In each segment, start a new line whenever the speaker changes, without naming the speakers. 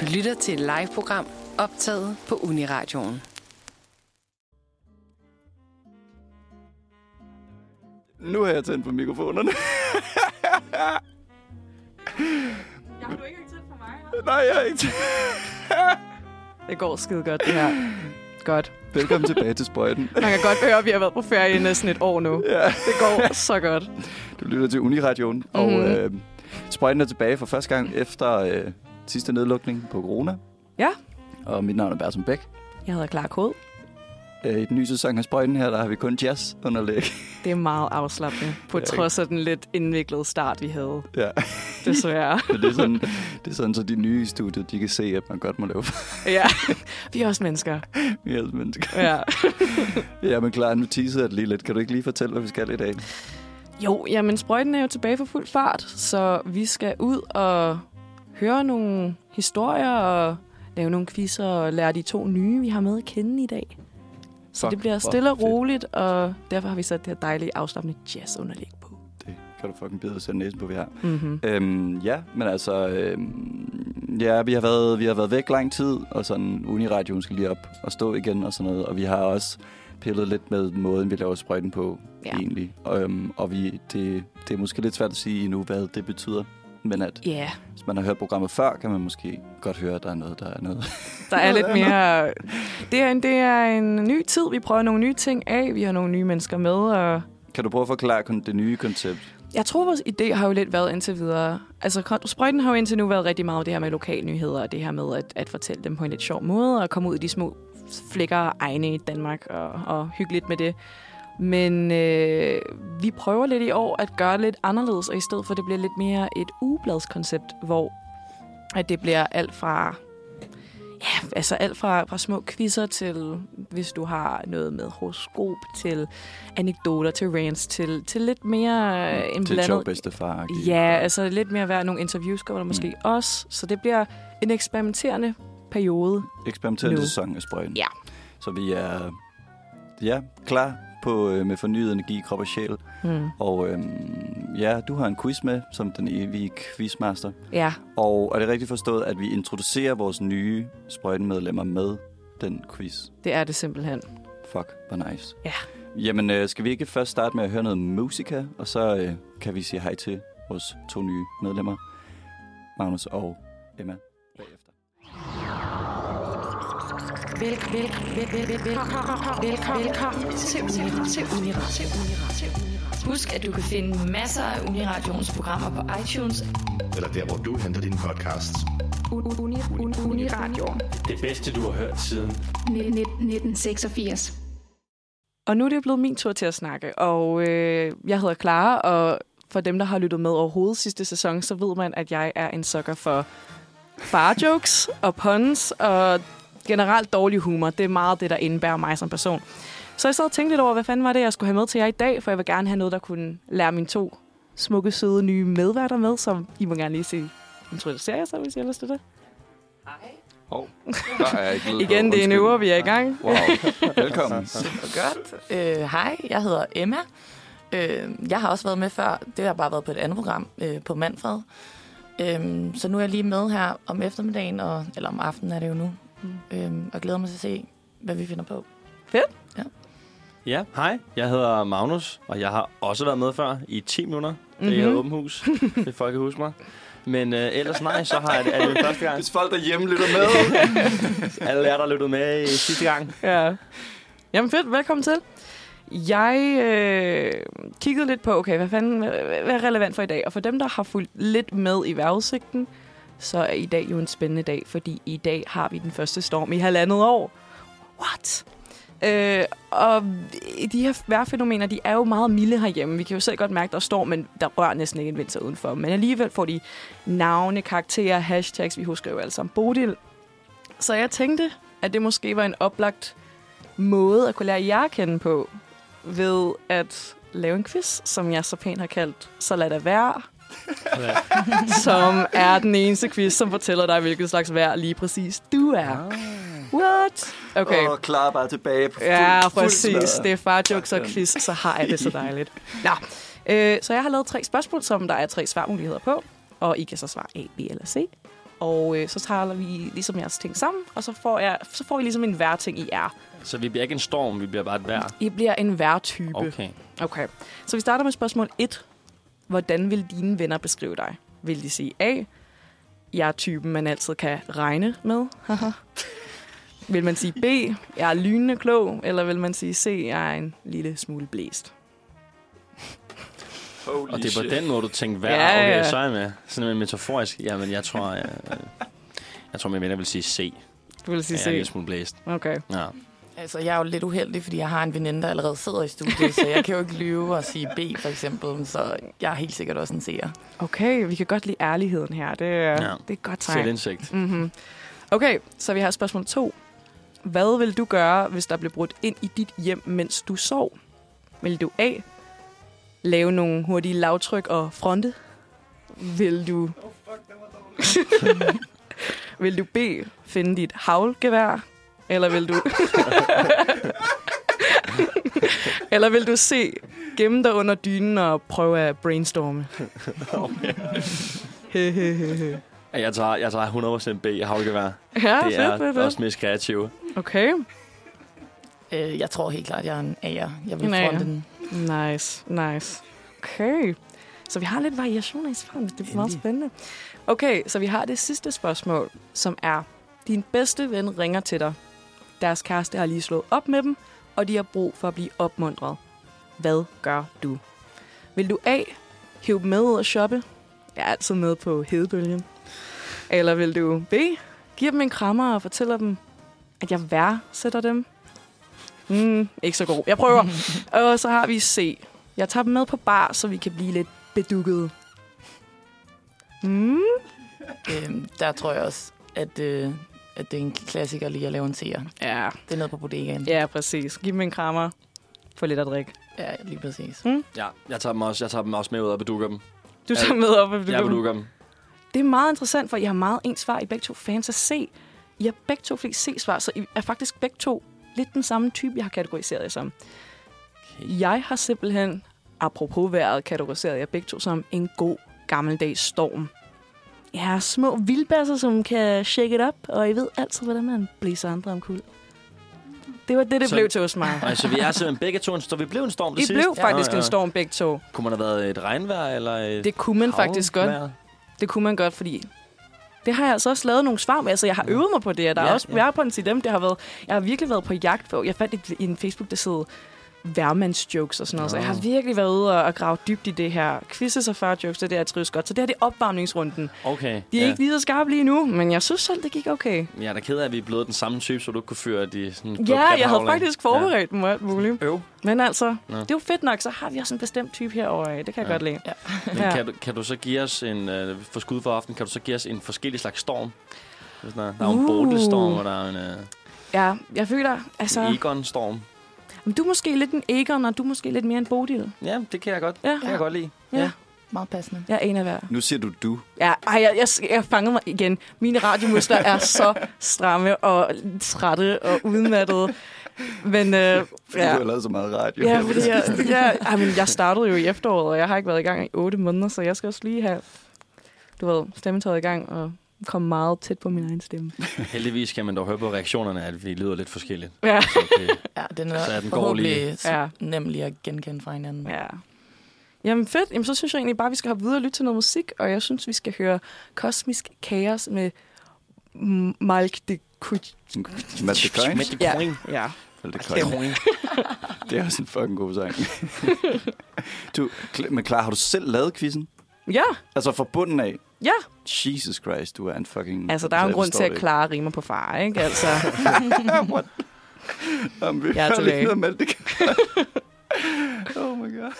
Du lytter til et live-program optaget på Uniradioen.
Nu har jeg tændt på mikrofonerne.
Jeg har du ikke tændt for mig,
Nej, jeg har ikke tændt.
Det går skide godt, det her. Godt.
Velkommen tilbage til sprøjten.
Man kan godt høre, at vi har været på ferie i næsten et år nu.
Ja.
Det går så godt.
Du lytter til Uniradioen, mm-hmm. og
Mhm.
øh, sprøjten er tilbage for første gang efter øh, sidste nedlukning på corona.
Ja.
Og mit navn er Bertsen Bæk.
Jeg hedder Clark Hod.
Øh, I den nye sæson af sprøjten her, der har vi kun jazz underlæg.
Det er meget afslappende, på
Ja, ikke?
trods af den lidt indviklede start, vi havde,
ja.
desværre.
Så det er sådan, det er sådan så de nye i studiet, de kan se, at man godt må lave
ja. Vi er også mennesker.
yes, mennesker.
Ja.
Ja, men klar, nu teasede jeg det lige lidt. Kan du ikke lige fortælle, hvad vi skal i dag?
Jo, jamen sprøjten er jo tilbage for fuld fart, så vi skal ud og høre nogle historier og lave nogle quizzer og lære de to nye, vi har med at kende i dag. Så
Fuck,
det bliver
hvor
stille og
fedt.
roligt, og derfor har vi sat det her dejlige afslappende jazzunderlæg på.
Det kan du fucking bide og sætte næsen på, vi har.
Mm-hmm.
Øhm, ja, men altså, øhm, ja, vi har, været, vi har været væk lang tid, og sådan Uniradioen skal lige op og stå igen og sådan noget. Og vi har også pillet lidt med måden, vi laver sprøjten på, ja.
Ja.
egentlig. Og, øhm, og vi, det, det er måske lidt svært at sige endnu, hvad det betyder. Men at
Ja, yeah,
hvis man har hørt programmet før, kan man måske godt høre, at der er noget, der er noget.
der er lidt mere... Det er, en, det er en ny tid, vi prøver nogle nye ting af, vi har nogle nye mennesker med, og
Kan du prøve at forklare kon- det nye koncept?
Jeg tror, vores idé har jo lidt været indtil videre... Altså, kon- sprøjten har jo indtil nu været rigtig meget det her med lokalnyheder, og det her med at, at fortælle dem på en lidt sjov måde, og komme ud i de små flækker og egne i Danmark, og, og hygge lidt med det. Men øh, vi prøver lidt i år at gøre lidt anderledes, og i stedet for, det bliver lidt mere et ugebladskoncept, hvor at det bliver alt fra... Ja, altså alt fra, fra små quizzer til, hvis du har noget med horoskop, til anekdoter, til rants, til, til lidt mere øh, en
til
blandet...
Joe Bedstefar?
Ja, altså lidt mere værd. Nogle interviews kommer der måske mm. også. Så det bliver en eksperimenterende periode.
eksperimenterende
Nu.
sæson af sprøjten.
Ja.
Så vi er ja, klar på, øh, med fornyet energi, krop og sjæl.
Mm.
Og øhm, ja, du har en quiz med, som den evige quizmaster.
Ja,
Og er det rigtigt forstået, at vi introducerer vores nye sprøjtenmedlemmer med den quiz?
det er det simpelthen.
Fuck, hvor nice.
Ja.
Jamen, øh, skal vi ikke først starte med at høre noget musika, og så øh, kan vi sige hej til vores to nye medlemmer, Magnus og Emma, bagefter.
Vel, vel, vel, vel, vel, velkommen, velkommen, velkommen til Unira, til Unira, til Unira, til Unira.
Husk, at du kan finde masser af Uniradions programmer på iTunes
eller der, hvor du henter din podcast.
Un- Uni, un, Uniradio.
Det bedste, du har hørt siden
1986.
Og nu er det blevet min tur til at snakke, og øh, jeg hedder Clara, og for dem, der har lyttet med overhovedet sidste sæson, så ved man, at jeg er en sukker for farjokes og puns og generelt dårlig humor. Det er meget det, der indbærer mig som person. Så jeg sad og tænkte lidt over, hvad fanden var det, jeg skulle have med til jer i dag, for jeg vil gerne have noget, der kunne lære mine to smukke, søde nye medværter med, som I må gerne lige se. Introducerer jeg så, hvis I ellers det.
Hov, der er ikke lyd på.
Igen, det er en
Undskyld.
øver, vi er i gang.
Wow, velkommen.
Godt. Øh, Hej, jeg hedder Emma. Øh, jeg har også været med før. Det har bare været på et andet program øh, på Manfred. Øh, så nu er jeg lige med her om eftermiddagen, og, eller om aftenen er det jo nu.
Mm.
Øh, og glæder mig til at se, hvad vi finder på.
Ja, hej. Jeg hedder Magnus, og jeg har også været med før i 10 minutter. Mm-hmm. Det er åben hus, det folk kan huske mig. Men øh, ellers nej, så har jeg det, er det min første gang.
Hvis folk derhjemme lytter med,
Alle jer, der lyttede med i øh, sidste gang.
Ja. Jamen fedt, velkommen til. Jeg øh, kiggede lidt på, okay, hvad fanden hvad, hvad er relevant for i dag? Og for dem, der har fulgt lidt med i vejrudsigten, så er i dag jo en spændende dag, fordi i dag har vi den første storm i halvandet år. What? Øh, og de her vejrfænomener, de er jo meget milde herhjemme. Vi kan jo selv godt mærke, der står, men der rører næsten ikke en vinter udenfor. Men alligevel får de navne, karakterer, hashtags, vi husker jo alle sammen. Bodil. Så jeg tænkte, at det måske var en oplagt måde at kunne lære jer at kende på, ved at lave en quiz, som jeg så pænt har kaldt Så lad det være, som er den eneste quiz, som fortæller dig, hvilket slags vejr lige præcis du er. What? Okay.
okay. og klar bare tilbage på fuld,
Ja,
fuld
præcis.
smadret.
Det er farjokes og
Sådan.
quiz, så har jeg det så dejligt. Nå, øh, så jeg har lavet tre spørgsmål, som der er tre svarmuligheder på. Og I kan så svare A, B eller C. Og øh, så taler vi ligesom jeres ting sammen, og så får, jeg, så får I ligesom en værting, I er.
Så vi bliver ikke en storm, vi bliver bare et vejr.
I bliver en værtype.
Okay.
Okay, så vi starter med spørgsmål 1. Hvordan vil dine venner beskrive dig? Vil de sige A, jeg er typen, man altid kan regne med? Haha. vil man sige B, jeg er lynende klog? Eller vil man sige C, jeg er en lille smule blæst?
Og det er på den måde, du tænker vejr.
Ja,
Ja,
ja.
okay, så er jeg med. Sådan en metaforisk. Jamen, jeg tror, jeg, øh, jeg tror, mine venner vil sige C.
Du vil sige
Ja, jeg er en lille
C.
smule blæst.
Okay.
Ja.
Altså, jeg er jo lidt uheldig, fordi jeg har en veninde, der allerede sidder i studiet, så jeg kan jo ikke lyve og sige B, for eksempel. Så jeg er helt sikkert også en C'er.
okay, vi kan godt lide ærligheden her. Det, ja. det er et godt tegn.
Selvindsigt.
Mm-hmm. Okay, så vi har spørgsmål 2. Hvad vil du gøre, hvis der blev brudt ind i dit hjem, mens du sov? Vil du A. Lave nogle hurtige lavtryk og fronte? Vil du... vil du B. Finde dit havlgevær? Eller vil du... Eller vil du C. Gemme dig under dynen og prøve at brainstorme? Hehehehe.
Jeg tager, jeg tager 100% B havlgevær.
ja,
det er
Ah, fedt, fedt, fedt.
også mest kreative.
Okay.
Øh, jeg tror helt klart, jeg er en A'er. Jeg vil
En A'er.
fronte den.
Nice, nice. Okay. Så vi har lidt variationer i svarene. Det bliver meget spændende. Okay, så vi har det sidste spørgsmål, som er... Din bedste ven ringer til dig. Deres kæreste har lige slået op med dem, og de har brug for at blive opmuntret. Hvad gør du? Vil du A. Hive dem med ud og shoppe? Jeg er altid med på hedebølgen. Eller vil du B. Give dem en krammer og fortæller dem, at jeg værdsætter dem? Mm, ikke så god. Jeg prøver. Og så har vi C. Jeg tager dem med på bar, så vi kan blive lidt bedukket. Mm.
Øh, der tror jeg også, at, øh, at det er en klassiker lige at lave en C'er.
Ja,
Det er nede på bodegaen.
ja, præcis. Giv dem en krammer. Få lidt at drikke.
ja lige præcis.
Ja, jeg tager dem også, jeg tager dem også med ud og bedukker dem.
Du
Ja,
tager med op, at
Jeg
bedugge.
bedukker dem.
Det er meget interessant, for I har meget ens svar. I er begge to fans af C. I har begge to flest C-svar, så I er faktisk begge to lidt den samme type, jeg har kategoriseret jer som. Okay. Jeg har simpelthen, apropos vejret, kategoriseret jer begge to som en god gammeldags storm. Jeg er små vildbasser, som kan shake it up, og I ved altid, hvordan man blæser andre om kul. Det var det, det
Så-
så... blev til os mig.
Nej, så vi er simpelthen begge to en storm. Vi blev en storm det
I
sidste.
blev faktisk
Nå, ja.
en storm begge to.
Kunne man have været et regnvejr eller et
Det kunne man faktisk godt.
havvejr?
Det kunne man godt, fordi det har jeg altså også lavet nogle svar med. Altså, jeg har øvet mig på det, og der ja,
Ja,
er også
ja.
ja. på en til dem. Det har været, jeg har virkelig været på jagt på. Jeg fandt et, en Facebook, der hed værmandsjokes og sådan noget. Så jeg har virkelig været ude og, og grave dybt i det her. Quizzes og 40 jokes, det er det, jeg trives godt. Så det her det er opvarmningsrunden.
Okay.
De er ja. ikke lige så skarpe lige nu, men jeg synes selv, det gik okay.
Men jeg er da ked af, at vi er blevet den samme type, så du ikke kunne føre de sådan...
Ja, jeg havde
havling.
faktisk forberedt ja. mig alt muligt.
Ja. Øv.
Men altså,
Nå.
ja. det er jo fedt nok, så har vi også en bestemt type herovre. af. Det kan jeg
Ja.
ja. godt lide. Ja.
Men ja. kan, du, kan du så give os en... Øh, for skud for aften, kan du så give os en forskellig slags storm? Det er Sådan, der, der er jo en
Uh.
Bodelstorm, og der er en, øh,
ja, jeg føler, altså,
en Egon-storm.
men du er måske lidt en Egon, og du er måske lidt mere en Bodil.
Ja, det kan jeg godt.
Ja.
Det kan jeg godt lide.
Meget passende.
Jeg er en af hver.
Nu siger du du.
Ja, ej, jeg, jeg, jeg fanger mig igen. Mine radiomuskler er så stramme og trætte og udmattede. Men øh,
Fordi ja.
ja,
du har lavet så meget radio.
ja, fordi jeg, jeg, ej, men jeg startede jo i efteråret, og jeg har ikke været i gang i otte måneder, så jeg skal også lige have, du ved, stemmetøjet i gang og komme meget tæt på min egen stemme.
Heldigvis kan man dog høre på reaktionerne, at vi lyder lidt forskelligt.
Ja,
Okay.
Ja, den
Så er
er
den gårlige.
forhåbentlig ja.
ja,
nemlig at genkende fra hinanden.
ja. Jamen fedt, Jamen, så synes jeg egentlig bare, at vi skal hoppe videre og lytte til noget musik, og jeg synes, vi skal høre Kosmisk Kaos med M- Malk de Kuj.
Matt DeCoin.
Med det
Ja.
coin.
Ja.
Matt DeCoin. Det er også en fucking god sang. du, Cl- men klar, har du selv lavet quizzen?
Ja,
Altså fra bunden af?
ja.
Jesus Christ, du er en
Mm,
fucking...
Altså, der er jo en
Jeg
grund
forstår
til, at
det
Clara rimer på far, ikke? Altså,
ikke. What? Jamen, vi
Jeg er
har lige
tilbage.
noget Matt DeCoin. oh my god.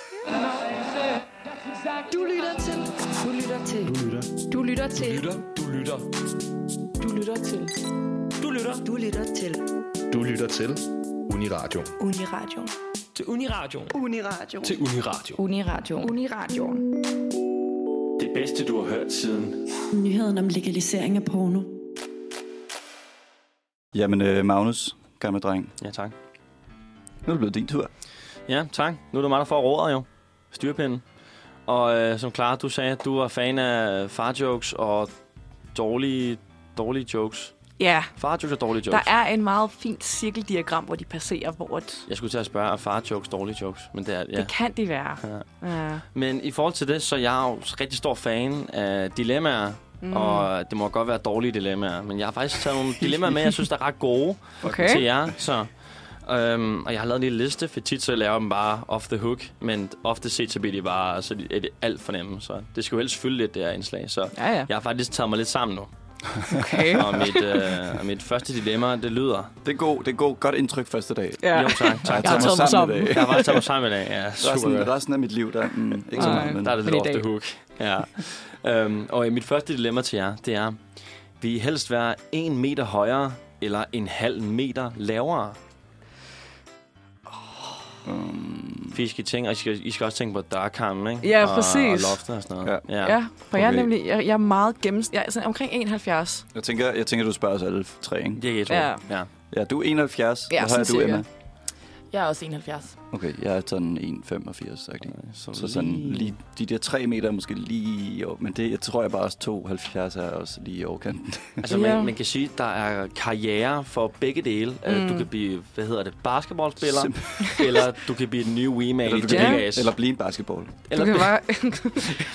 Du lytter til. Du lytter til. Du lytter til. Du lytter til. Du lytter til.
Du lytter til Uniradio.
Uniradio.
Til Uniradioen.
Uniradio.
Til Uniradio.
Uniradioen.
Uniradio.
Det bedste, du har hørt siden.
Nyheden om legalisering af porno.
Jamen, øh, Magnus, gamle dreng.
Ja, tak.
Nu er det blevet din tur.
Ja, tak. Nu er det mig, der får rådet jo. Styrpinden. Og øh, som Clara, du sagde, at du var fan af farjokes og dårlige, dårlige jokes.
Ja.
Farjokes er dårlige
Der
jokes.
er en meget fint cirkeldiagram, hvor de passerer, hvor et,
Jeg skulle til at spørge, er farjokes dårlige jokes? Men det er, ja.
ja. det kan de være. Ja.
Men i forhold til det, så er jeg jo rigtig stor fan af dilemmaer.
Mm.
Mm. Og det må godt være dårlige dilemmaer. Men jeg har faktisk taget nogle dilemmaer med, jeg synes, der er ret gode
Okay.
til jer. Så, øhm, og jeg har lavet en lille liste, for tit så laver jeg dem bare off the hook. Men ofte set så bliver de bare så er de alt for nemme. Så det skal jo helst fylde lidt, det her indslag. Så
Ja, ja.
jeg har faktisk taget mig lidt sammen nu.
Okay.
og, mit, øh, og mit første dilemma, det lyder...
Det er, god, det er god, godt indtryk første dag.
Ja.
Jo, tak. tak.
Jeg har taget mig sammen.
Jeg har bare taget mig sammen i dag. Ja, super.
resten, resten af mit liv, der er mm, ikke så
Nej.
meget. Men...
Der er det lidt
Men i
off the
dag.
hook. Ja. øhm, og øh, mit første dilemma til jer, det er, vil I helst være en meter højere eller en halv meter lavere? Um, I skal, tænke, og I, skal, I skal også tænke på dørkarmen, ikke?
Ja,
og,
præcis.
Og loftet og sådan noget.
Ja, ja for okay. jeg er nemlig jeg, jeg er meget gennems... Jeg er sådan omkring 71.
Jeg tænker, jeg tænker, du spørger os alle tre, ikke?
Det er jeg
tror. Ja.
ja.
Ja, du er 71. Hvor
Ja,
høj
sådan
er du,
cirka.
Emma?
Jeg er også 71.
Okay, jeg er sådan 1,85, sagt.
Så,
så sådan
lige-
lige, de der 3 meter er måske lige i over, men det, jeg tror jeg bare også 72 er også lige i overkanten.
Altså, man, man kan sige, at der er karriere for begge dele. Mm.
Mm.
Du kan blive, hvad hedder det, basketballspiller, eller du kan blive den nye Weeman i
eller, du kan
Jackass.
blive, eller blive en basketball.
Eller
kan
bare...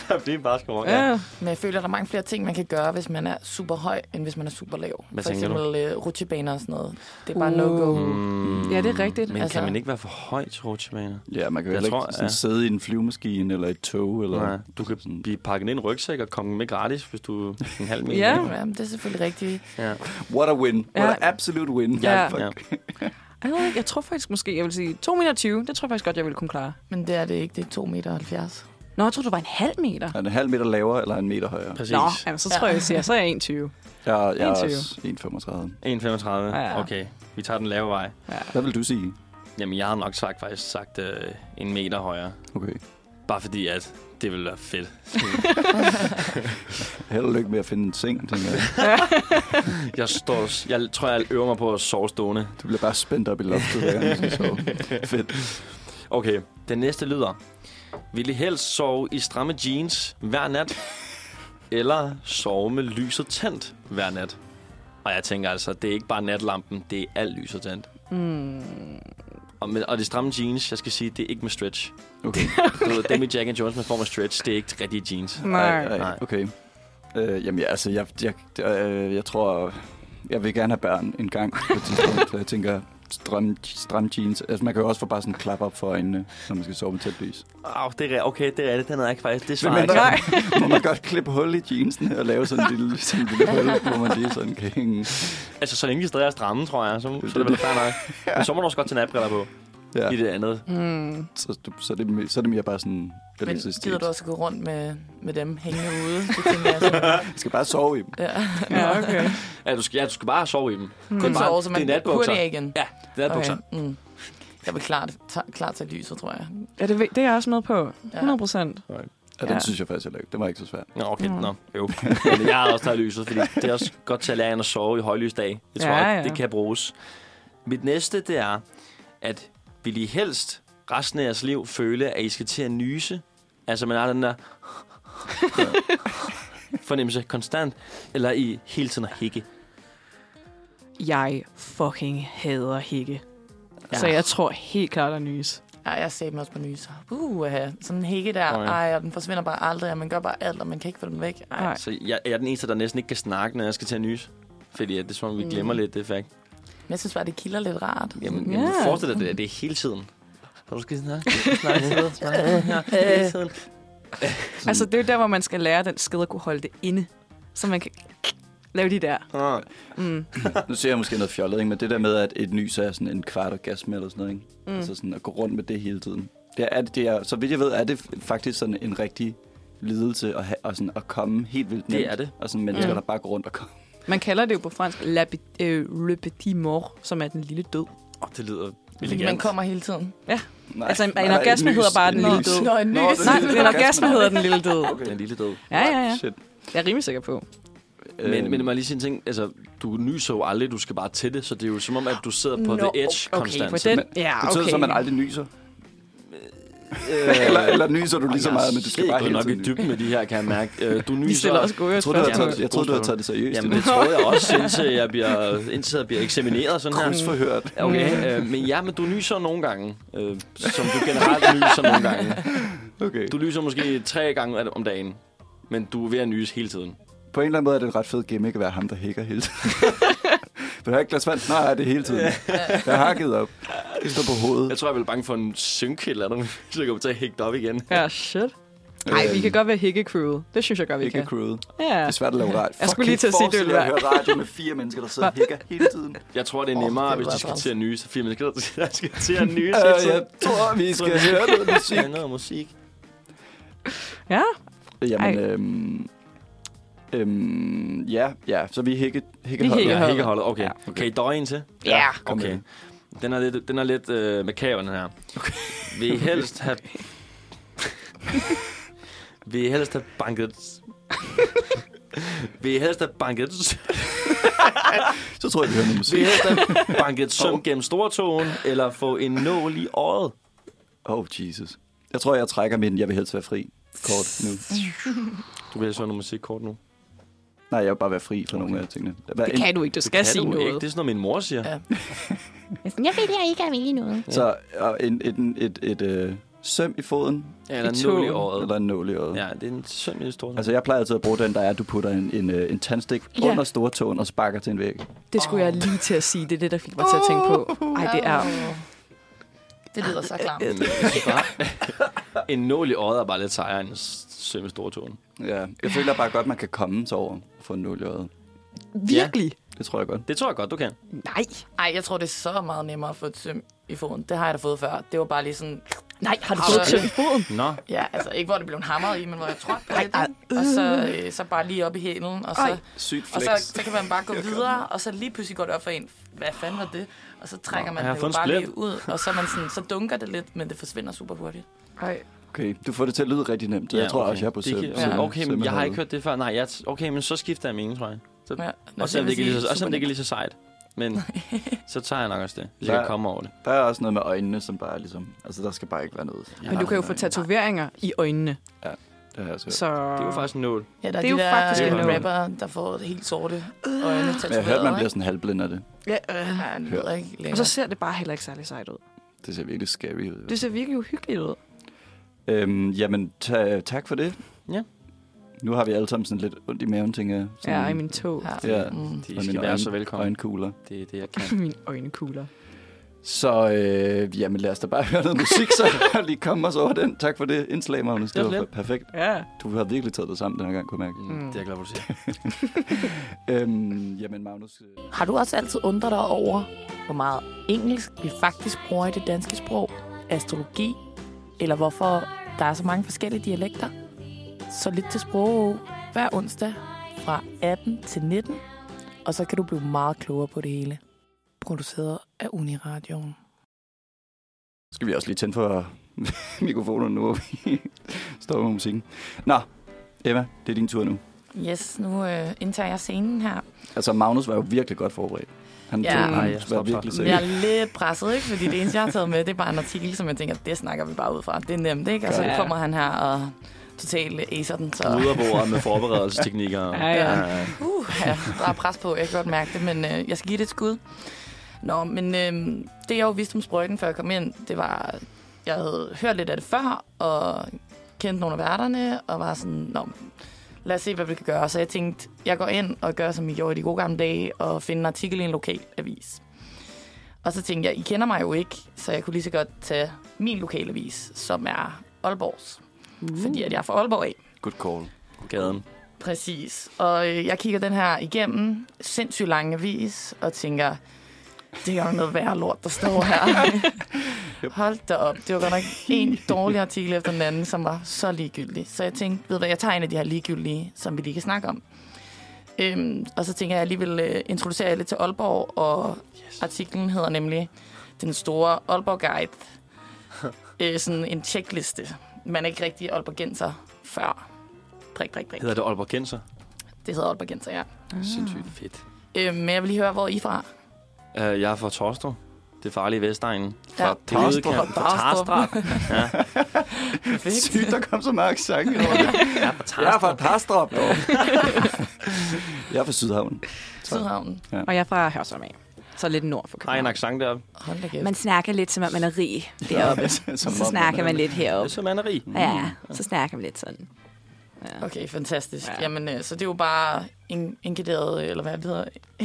eller blive en basketball, ja. ja.
Men jeg føler, at der er mange flere ting, man kan gøre, hvis man er super høj, end hvis man er super lav.
Hvad
For
tænker du?
eksempel øh, rutsjebaner og sådan noget. Det er bare
Uh.
no-go.
Mm.
Ja, det er rigtigt.
Men altså... kan man ikke være for høj til rutsjebaner?
Ja, man kan jo
Jeg
heller ikke
tror,
sådan
ja.
sidde i en flyvemaskine eller et tog. Eller
Nej, du kan blive pakket ind i en rygsæk og komme med gratis, hvis du er en halv meter.
Ja.
Uh.
ja, det er selvfølgelig rigtigt.
ja.
What a win.
Ja.
What a absolute win.
Ja.
Fuck.
Ja.
Jeg, ved ikke, jeg tror faktisk måske, jeg vil sige 2,20 meter. Det tror jeg faktisk godt, jeg ville kunne klare.
Men det er det ikke. Det er 2,70 meter.
Nå, jeg tror du var en halv meter.
Er den en halv meter lavere eller en meter højere?
Præcis.
Nå, jamen, så tror jeg, jeg siger, så er jeg 1,20.
Jeg, jeg er
21.
også 1,35.
1,35.
Ja.
Ja. Okay, vi tager den lave vej.
Ja.
Hvad vil du sige?
Jamen, jeg har nok sagt, faktisk sagt øh, en meter højere.
Okay.
Bare fordi, at det ville være fedt.
Held og lykke med at finde en seng, tænker jeg.
jeg, står, jeg tror, jeg øver mig på at sove stående.
Du bliver bare spændt op i loftet, hver gang du skal sove. Fedt.
Okay, den næste lyder. Vil I helst sove i stramme jeans hver nat, eller sove med lyset tændt hver nat? Og jeg tænker altså, det er ikke bare natlampen, det er alt lyset tændt.
Mm.
Og, med, og de stramme jeans, jeg skal sige, det er ikke med stretch.
Okay.
Du ved, dem i Jack and Jones med form af stretch, det er ikke rigtige jeans.
nej. Okay. Øh, jamen, ja, altså, jeg, jeg, øh, jeg tror, jeg vil gerne have børn en gang på et tidspunkt, så jeg tænker, stram, stram jeans. Altså, man kan jo også få bare sådan en klap op for øjnene, når man skal sove med tæt lys.
Au, det er, ri- okay, det er det. Den er ikke faktisk. Det
Men
svarer
man,
ikke.
der, må man godt klippe hul i jeansen og lave sådan en lille, sådan en lille hul, hvor man lige sådan kan hænge.
Altså, så længe de stadig er stramme, tror jeg, så, så er det vel fair nok. Men så må du også godt tage natbriller på.
Ja.
I det andet.
Mm.
Så, du- så, er det, me- så er det mere bare sådan...
Men
belastningstest.
gider du også gå rundt med, med dem hængende ude? Det tænker jeg så.
Jeg skal bare sove i dem.
Ja.
Ja, okay. Hmm.
Ja, du skal, ja, du skal bare sove i dem.
Kun
Det er bare-
sove, så man
det er natbukser.
hurtigt igen.
Ja, det er natbukser.
Okay. Mm. Jeg vil klart, ta- klart tage lyset, tror jeg.
Ja, det, ved- det er jeg også med på. 100 procent.
Ja, den ja. synes jeg faktisk heller ikke. Det var ikke så svært.
Nå, okay.
Mm.
Nå, jo. Men jeg har også taget lyset, fordi det er også godt til at lære en at sove i højlysdag. Jeg tror,
Ja,
ja, ja.
ja.
At det kan bruges. Mit næste, det er, at vil I helst resten af jeres liv føle, at I skal til at nyse? Altså, man har den der fornemmelse konstant, eller I hele tiden at hække?
Jeg fucking hader hække.
Ja.
Ja. Så jeg tror helt klart, at nys.
Ej, jeg sagde mig også på nyser. Uh, sådan en hække der.
Nå, ja.
Ej, og den forsvinder bare aldrig, og man gør bare alt, og man kan ikke få den væk. Ej.
Så jeg, jeg er den eneste, der næsten ikke kan snakke, når jeg skal til at nyse. Fordi at det er som om, vi
Mm.
glemmer lidt det fakt.
Men jeg synes bare, det kilder lidt rart.
Jamen, yeah. jamen forestil dig, det, det er hele tiden. Så du skal snakke, snakke, snakke, snakke, hele tiden.
Altså, det er jo der, hvor man skal lære den skid at kunne holde det inde. Så man kan lave de der.
Ah.
Mm.
Nu ser jeg måske noget fjollet, ikke? men det der med, at et nys er sådan en kvart orgasme eller sådan noget, ikke?
Mm.
Mm. altså sådan at gå rundt med det hele tiden. Det er, det er, så vidt jeg ved, er det faktisk sådan en rigtig lidelse at, have, og sådan at komme helt vildt
Det
nemt.
er det.
Og sådan mennesker,
Mm.
mm. der bare går rundt og kommer.
Man kalder det jo på fransk la, pe- øh, le petit mort, som er den lille død.
Oh, det lyder
Fordi man kommer hele tiden.
Ja.
Nej,
altså, en,
nej,
en
nej,
orgasme
et nys,
hedder bare
et
den lille
nys.
død.
Nå, et
Nej,
nys. Nå, det
en
er
orgasme
orgasme.
hedder den lille død.
Okay. Den lille død.
Ja, ja, ja.
Shit.
Jeg er rimelig sikker på. Øhm.
Men, men må jeg lige sige en ting, altså, du nyser jo aldrig, du skal bare til det, så det er jo som om, at du sidder på
Nå,
the edge
okay,
konstant.
på den-
Men-
Ja,
Betyder det så,
okay.
at man aldrig nyser? Eller- eller nyser du lige så
Øh, Ej,
meget, men du skal
jeg
bare
er
hele
helt nok i
tiden nyse.
dybden med de her, kan jeg mærke. Øh, Du nyser.
stiller også gode
Jeg troede, du havde
spørgsmål.
taget-
Jeg troede, du havde taget det seriøst,
Jamen,
det
det
der.
troede jeg også, indtil jeg bliver, indtil jeg bliver eksamineret sådan her.
Krydsforhørt.
Ja, Okay, øh, men ja, men du nyser nogle gange, øh, som du generelt nyser nogle gange.
Okay.
Du lyser måske tre gange om dagen, men du er ved at nyse hele tiden.
På en eller anden måde er det et ret fed gimmick at være ham, der hækker hele tiden. Vil du have et glas vand? Nej, det er hele tiden. Jeg har givet op. Det står på hovedet.
Jeg tror, jeg er bange for en synke eller andet, så jeg kommer til at hægte op igen.
Ja, shit. Nej, vi
Øhm.
kan godt være hikke-crewet. Det synes jeg godt, vi kan.
Hikke-crewet.
Ja.
Øh, Det er svært at lave radio.
Jeg skulle lige til at sige, det ville
Jeg
være.
hører radio med fire mennesker, der sidder og hækker hele tiden.
Jeg tror, det er
Åh,
nemmere,
det
oh, hvis
var
de skal
træls.
til at nyse, fordi man skal, der skal til at nyse.
Øh,
hele tiden.
jeg tror, vi
Så
skal høre noget musik.
Ja, noget musik.
Ja.
Jamen, øhm, øhm, ja, ja, så vi er hække, hækkeholdet.
Ja, hækkeholdet. Okay. Ja, okay. Kan I døje en til?
Ja. Kom med
Okay.
den.
Den er lidt, den er lidt øh, makaber, den her. Okay. Vil I helst have... Vil I helst have banket... Vil I helst have banket...
Så tror jeg, vi hører noget musik.
Vil I helst have banket søm gennem stortåen, eller få en nål i øjet?
Åh, oh, Jesus. Jeg tror, jeg trækker min, jeg vil helst være fri kort nu.
Du vil have sådan noget musikkort nu.
Nej, jeg vil bare være fri for nogle af tingene. Hvad
Det
end-
kan du ikke. Du skal
kan
sige
du
noget.
Ikke. Det er sådan noget, min mor siger. Ja.
Jeg vælger ikke at vælge noget.
Så og en, et, en- et, et, øh, søm i foden.
Ja, eller en I nål i tåen. øjet.
Eller en nål i øjet.
Ja, det er en søm i stortåen.
Altså, jeg plejer altid at bruge den, der er, at du putter en, en, øh, en tandstik
Ja.
under stortåen og sparker til en væg.
Det skulle jeg lige til at sige. Det er det, der fik mig til at tænke på. Ej, det er...
Det lyder så klart.
Men jeg synes bare, en nål i øjet er bare lidt sejere end en s- søm i stortåen.
Ja, jeg føler bare godt, man kan komme sig over og få en nål i øjet.
Virkelig?
Det tror jeg godt.
Det tror jeg godt, du kan.
Nej. Nej, jeg tror, det er så meget nemmere at få et søm i foden. Det har jeg da fået før. Det var bare lige sådan... Nej, har
du fået et søm i
foden? Nå.
Ja, altså ikke hvor det blev hamret i, men hvor jeg trådte på det. ikke? Og så, øh, så bare lige op i hælen, og så,
Ej. Sygt
og så,
flex.
så kan man bare gå
Jeg gør
videre, og så lige pludselig går det op for en, hvad fanden var det? Og så trækker
Nå,
man
jeg har
det jo
fået en
bare
split.
lige ud, og så, er man sådan, så dunker det lidt, men det forsvinder super hurtigt.
Ej.
Okay, du får det til at lyde rigtig nemt. jeg tror også, jeg er på
Det
søm.
kan- ja. Okay, men jeg har ikke hørt det før. Nej, jeg, okay, men så skifter jeg mening, tror jeg. Så,
Ja,
ja,
nå,
og selvom
det
det, ikke
vil
er lige så-
sige
også selvom det
super
ikke er lige så sejt. Men så tager jeg nok også det, hvis
Der-
jeg kan komme over det.
Der er også noget med øjnene, som bare er ligesom... Altså, der skal bare ikke være noget.
Men du kan jo få tatoveringer i øjnene.
Ja, det har jeg også hørt.
Så...
Det er jo faktisk en nål.
Ja, der
Det
er,
er
det er
jo
de der
faktisk en nål.
faktisk rapper, der får helt sorte øjne
Men jeg
tatoveret.
hørte, man bliver sådan halvblind af det.
Ja, øh.
Ja, det lyder ikke længere.
Og så ser det bare heller ikke særlig sejt ud.
Det ser virkelig scary ud.
Det ser virkelig uhyggeligt ud.
Øhm, jamen, ta- tak for det.
Ja.
Nu har vi alle sammen sådan lidt ondt i maven, tænker jeg. Sådan,
Ja, i min tog.
Ja,
Ja. Mm.
og
De
mine
skal være
øjen-
så velkommen.
Øjenkugler.
Det er det, jeg kan.
Mine øjnekugler.
Så øh, jamen, lad os da bare høre noget musik, så og lige komme os over den. Tak for det indslag, Magnus.
Det
Det
var
var
lidt.
perfekt.
Ja.
Du har virkelig taget dig sammen den her gang, kunne jeg mærke.
Mm. Det er jeg glad for, du siger.
øhm, jamen, Magnus... øh,
Har du også altid undret dig over, hvor meget engelsk vi faktisk bruger i det danske sprog, astrologi, eller hvorfor der er så mange forskellige dialekter? Så lidt til sprog hver onsdag fra 18 til 19, og så kan du blive meget klogere på det hele. Produceret af Uniradioen.
Skal vi også lige tænde for mikrofonen nu, hvor vi står med musikken. Nå, Emma, det er din tur nu.
Yes, nu øh, indtager jeg scenen her.
Altså, Magnus var jo virkelig godt forberedt. Han,
Ja.
tog, han
Nej, jeg
var virkelig
Jeg
seriøs.
er lidt presset, ikke? Fordi det eneste, jeg har taget med, det er bare en artikel, som jeg tænker, det snakker vi bare ud fra. Det er nemt, ikke? Og så
Ja.
kommer han her og totalt acer den.
Ah.
Så...
Uderbordet med forberedelsesteknikker.
Ja, ja. Uh, ja, der er pres på, jeg kan godt mærke det, men øh, jeg skal give det et skud. Nå, men øh, det jeg jo vidste om sprøjten, før jeg kom ind, det var, jeg havde hørt lidt af det før, og kendte nogle af værterne, og var sådan, nå, lad os se, hvad vi kan gøre. Så jeg tænkte, jeg går ind og gør, som I gjorde i de gode gamle dage, og finder en artikel i en lokal avis. Og så tænkte jeg, I kender mig jo ikke, så jeg kunne lige så godt tage min lokale avis, som er Aalborgs. Mm. Fordi at jeg er fra Aalborg af.
Good call.
Gaden.
Præcis. Og øh, jeg kigger den her igennem, sindssygt lang avis, og tænker, det er jo noget værre lort, der står her. Hold da op. Det var godt nok en dårlig artikel efter den anden, som var så ligegyldig. Så jeg tænkte, ved du hvad, jeg tager en af de her ligegyldige, som vi lige kan snakke om. Øhm, og så tænker jeg, at jeg lige vil øh, introducere jer lidt til Aalborg, og yes. artiklen hedder nemlig Den store Aalborg Guide. øh, sådan en checkliste. Man er ikke rigtig Aalborgenser før. Prik, prik, prik.
Hedder det Aalborg Genser?
Det hedder Aalborg
Ah.
Genser, ja. Øhm,
Sindssygt fedt.
Øh, men jeg vil lige høre, hvor er I fra?
Uh, jeg er fra Torstrup. Det farlige Vestegnen.
Ja,
Fra
Tarstrup.
Bødekamp. Fra
Tarstrup.
Tarstrup. Ja.
Sygt, der kom så meget accent over det. Jeg er fra Tarstrup. dog. Jeg er fra Sydhavn. Så-
Sydhavn.
Ja.
Og jeg er fra Hørsholm af. Så lidt nord for
Ej, en
København.
accent deroppe.
Hold da
Man snakker lidt, som om man er rig deroppe.
Som
så
om
snakker
man er
man
rig.
lidt heroppe.
Som man er rig.
Ja, så snakker man lidt sådan. Ja.
Okay, fantastisk. Ja. Jamen, øh, så det er jo bare en inkideret, eller hvad det hedder,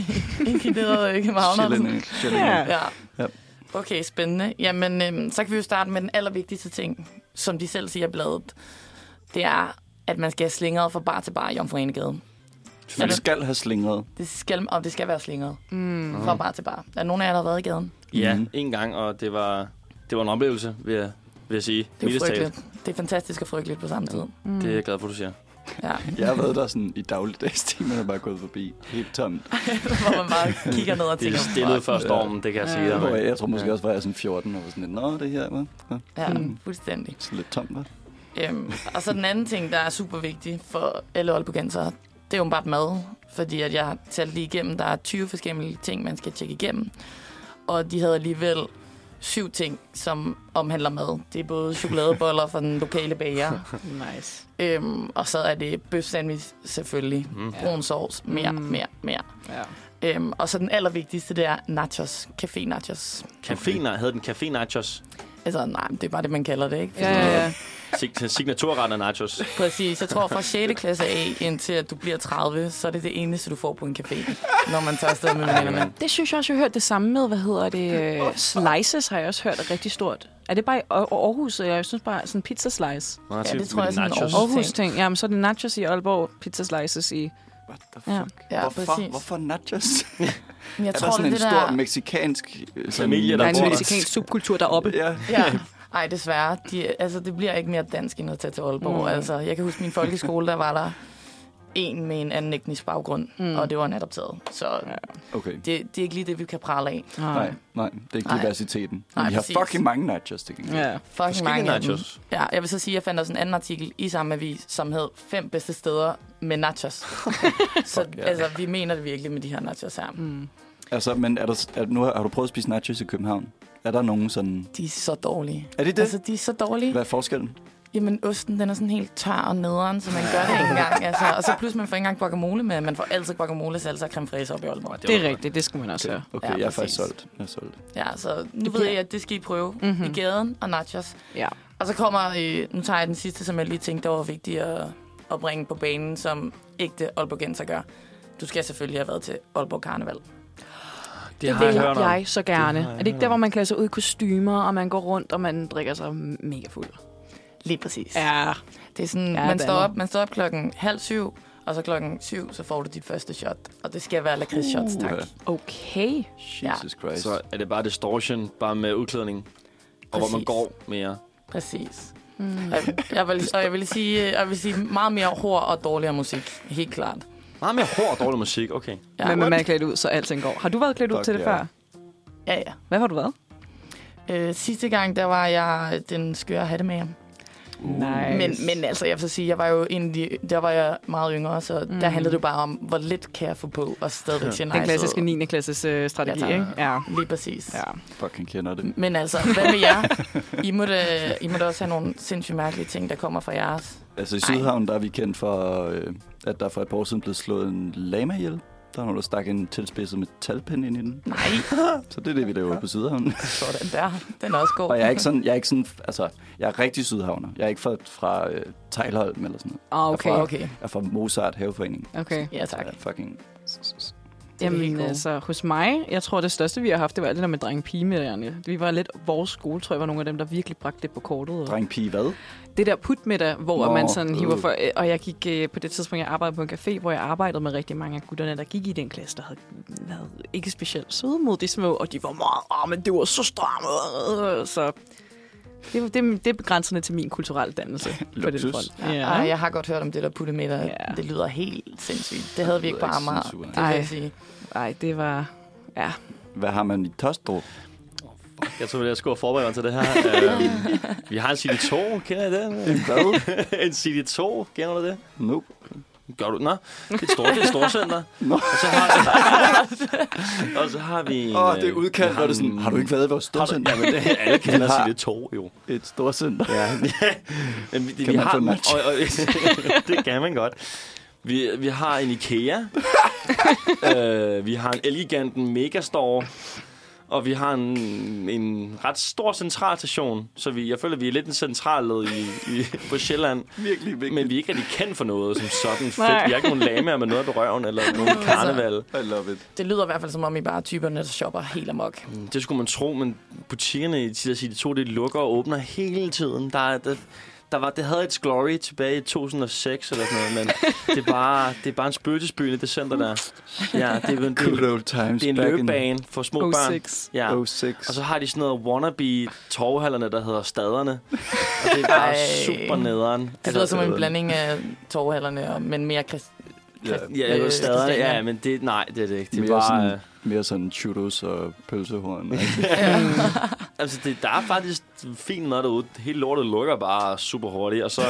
inkideret københavner.
Sjællændinge. Sjællændinge.
Ja.
Ja.
ja. Okay, spændende. Jamen, øhm, så kan vi jo starte med den allervigtigste ting, som de selv siger i bladet. Det er, at man skal have slingret fra bar til bar i Jomfruenegade.
Man skal have slingret.
Det skal, og det skal være slingret.
Mm.
Fra bar til bar. Er nogen af jer, der har været i gaden?
Ja, en gang, og det var, det var en oplevelse, vil jeg, vil jeg sige.
Det er
Mildest talt.
frygteligt. Det er fantastisk og frygteligt på samme tid.
Det er jeg glad for, du siger.
Ja.
Jeg har været der sådan i dagligdags timer, og bare gået forbi. Helt tomt.
Hvor man bare kigger ned og
Det er
tænker...
stillet før stormen, det kan jeg sige dig,
Hvor
mand.
Jeg, jeg tror måske også, var jeg sådan 14 og var sådan lidt, nå, det her, hva? Ja.
Ja,
Mm.
fuldstændig.
Så lidt tomt, hva?
Øhm, og så den anden ting, der er super vigtig for alle aalborgensere, det er jo bare mad. Fordi at jeg har talt lige igennem, der er 20 forskellige ting, man skal tjekke igennem. Og de havde alligevel syv ting, som omhandler mad. Det er både chokoladeboller fra den lokale bager.
Nice.
Øhm, og så er det bøf sandwich selvfølgelig.
Mm.
Mm. Brun sovs. Mere,
Mm.
mere, mere.
Ja.
Øhm, og så den allervigtigste, det er nachos. Café nachos.
Café, okay. hed den Café Nachos.
Altså, nej, men det er bare det, man kalder det, ikke?
Ja, ja, ja. Sig- Signaturretten af nachos.
Præcis. Jeg tror, fra 6. klasse af, indtil at du bliver 30, så er det det eneste, du får på en café, når man tager afsted med veninderne.
Det synes jeg også, jeg har hørt det samme med, hvad hedder det, øh, slices har jeg også hørt er rigtig stort. Er det bare i Aar- Aarhus? Jeg synes bare sådan pizza slice.
Nå, Ja, det det tror er jeg sådan en nachos.
Aarhus ting. Jamen, så er det nachos i Aalborg, pizza slices i...
What the
Ja.
Ja,
hvorfor,
præcis.
hvorfor nachos?
jeg
er
tror,
der sådan en
det
stor
der-
meksikansk øh, sådan-
Familie, der Der er en bor der. mexikansk
subkultur deroppe.
Ja.
Ja. Ej, desværre. De, altså, det bliver ikke mere dansk end at tage til Aalborg.
Mm.
Mm. Altså, jeg kan huske min folkeskole, der var der en med en anden etnisk baggrund,
Mm.
mm. og det var en adopteret. Så ja.
Okay.
det, det er ikke lige det, vi kan prale af.
Nej, nej, det er ikke
Nej.
diversiteten.
Nej,
Men de har
præcis.
fucking mange nachos, det kan
Ja,
Fucking mange af dem. Ja, jeg vil så sige, at jeg fandt også en anden artikel i samme avis, som hed fem bedste steder med nachos. så
ja.
altså, vi mener det virkelig med de her nachos her.
Mm.
Altså, men er der, er, nu har, har du prøvet at spise nachos i København? Er der nogen sådan...
De er så dårlige.
Er det det?
Altså, de er så dårlige.
Hvad er forskellen?
Jamen, osten, den er sådan helt tør og nederen, så man gør det ikke engang. Altså. Og så plus, man får ikke engang guacamole med. Man får altid guacamole, salsa og creme fraiche op i Aalborg.
Det er rigtigt, det skal man også have.
Okay, ja, jeg er faktisk solgt. Jeg er solgt.
Ja, så nu
Det
ved
bliver-
jeg, at det skal I prøve.
Mhm.
Mm-hmm. I gaden og nachos.
Ja.
Og så kommer, øh, nu tager jeg den sidste, som jeg lige tænkte, der var vigtig at, at bringe på banen, som ægte Aalborgenser gør. Du skal selvfølgelig have været til Aalborg Karneval.
Det, det
har jeg
vil
hørt om.
jeg så gerne.
Det har jeg
er det ikke der, hvor man klæder sig ud i kostymer, og man går rundt, og man drikker sig mega fuld?
Lige præcis.
Ja.
Det er sådan,
Ja,
ja, man,
det
står
er
op, man står op klokken halv syv, og så klokken syv, så får du dit første shot. Og det skal være lakrids-shots, tak.
Uh.
Uha.
Okay.
Jesus Christ.
Så er det bare distortion, bare med udklædning. Og hvor man
Præcis.
går mere.
Præcis.
Hmm.
Mm. Jeg, jeg, vil, og jeg vil sige, jeg vil sige meget mere hård og dårligere musik, helt klart.
Meget mere hård og dårlig musik, okay.
Ja, Men man er klædt ud, så alting går. Har du været klædt ud
Fuck
til det
ja.
før?
Ja, ja.
Hvad har du været?
Øh, sidste gang, der var jeg den skøre hattemager.
Nej.
Men, men altså, jeg vil så sige, jeg var jo egentlig, der var jeg meget yngre, så mm. der handlede det jo bare om, hvor lidt kan jeg få på, og stadigvæk sige nej.
Den klassiske 9. klasses øh, strategi,
Ja, tak.
ikke? Ja.
Lige præcis.
Ja.
Fucking kender det.
Men altså, hvad med jer? I må, da, I må da også have nogle sindssygt mærkelige ting, der kommer fra jeres.
Altså i Sydhavn, der er vi kendt for, øh, at der for et par år siden blev slået en lama ihjel. Der var nogen, der stak en tilspidset metalpind ind i den.
Nej.
Så det er det, vi laver på Sydhavn.
Sådan der. Den er også god.
Og jeg er ikke sådan, jeg er ikke sådan, altså, jeg er rigtig sydhavner. Jeg er ikke fra, fra uh, Tejlholm eller sådan noget.
Ah, okay.
Jeg er fra,
Okay.
Jeg er fra Mozart Haveforening.
Okay.
Ja, tak.
Jeg er fucking...
Jamen altså, hos mig, jeg tror, det største, vi har haft, det var alt det der med dreng pige middagerne Vi var lidt, vores skole, tror jeg, var nogle af dem, der virkelig bragte det på kortet. Og
Dreng pige hvad?
Det der putmiddag, hvor
Nå,
man sådan hiver
øh.
for... Og jeg gik øh, på det tidspunkt, jeg arbejdede på en café, hvor jeg arbejdede med rigtig mange af gutterne, der gik i den klasse, der havde været ikke specielt søde mod de små, og de var meget, ah, men det var så stramme. Så det, var- det, det er begrænsende til min kulturelle dannelse på den
Luksus.
front. Ah,
Ja. Ej, jeg har godt hørt om det der putte med dig. Det lyder helt sindssygt. Det havde vi ikke på
lyder ikke
Amager.
sindssygt,
Det vil
Ej.
jeg sige.
Nej, det var... Ja.
Hvad har man i Tostrup?
Jeg tror, jeg skulle have forberedt mig til det her. øhm, vi har en CD2, kender I den?
Hvad?
en CD2, kender du det?
Nope.
Gør du? Nå, det er et stort, det er et storcenter.
Nå.
Og så har, og så har vi en...
Åh, oh, det er
øh,
udkaldt,
vi
hvor det er sådan, har du ikke været i vores
Har du-
storcenter?
Jamen, det, alle
Vi
kender
har
sine tog, jo.
Et storcenter.
Ja. Men vi,
Kan
vi
man
har,
få en match?
Og, og, det kan man godt. Vi, vi har en IKEA. øh, vi har en Elgiganten Megastore. Og vi har en, en ret stor centralstation, så vi, jeg føler, vi er lidt en centralled i, i, på Sjælland.
Virkelig vigtigt.
Men vi er ikke rigtig kendt for noget som sådan fedt.
Nej.
Vi har ikke nogen lamaer med noget på røven, eller nogen
Altså.
karneval.
I love it.
Det lyder i hvert fald, som om I bare er typerne, der shopper helt amok.
Det skulle man tro, men butikkerne i City City 2, det lukker og åbner hele tiden. Der, er- der, der var, det havde et glory tilbage i 2006 eller sådan noget, men det er bare, det er bare en spøgelsesby i det center der. Ja, det er, det er,
Good old times
det er en
back in Oh,
løbebane for små
Oh,
'06.
børn. Ja.
06.
Og så har de sådan noget wannabe torvhallerne, der hedder staderne. Og det er bare Altså,
Ej.
super nederen.
Det lyder som en blanding af torvhallerne, og- men mere krist...
Ja,
krist-
ja, jeg ved
øh,
staderne,
Christiania.
ja, men det, nej, det er det ikke. Det er
mere,
bare, øh,
sådan, mere sådan churros og pølsehorn.
Altså, det, der er faktisk fint mad derude. Hele lortet lukker bare super hurtigt. Og så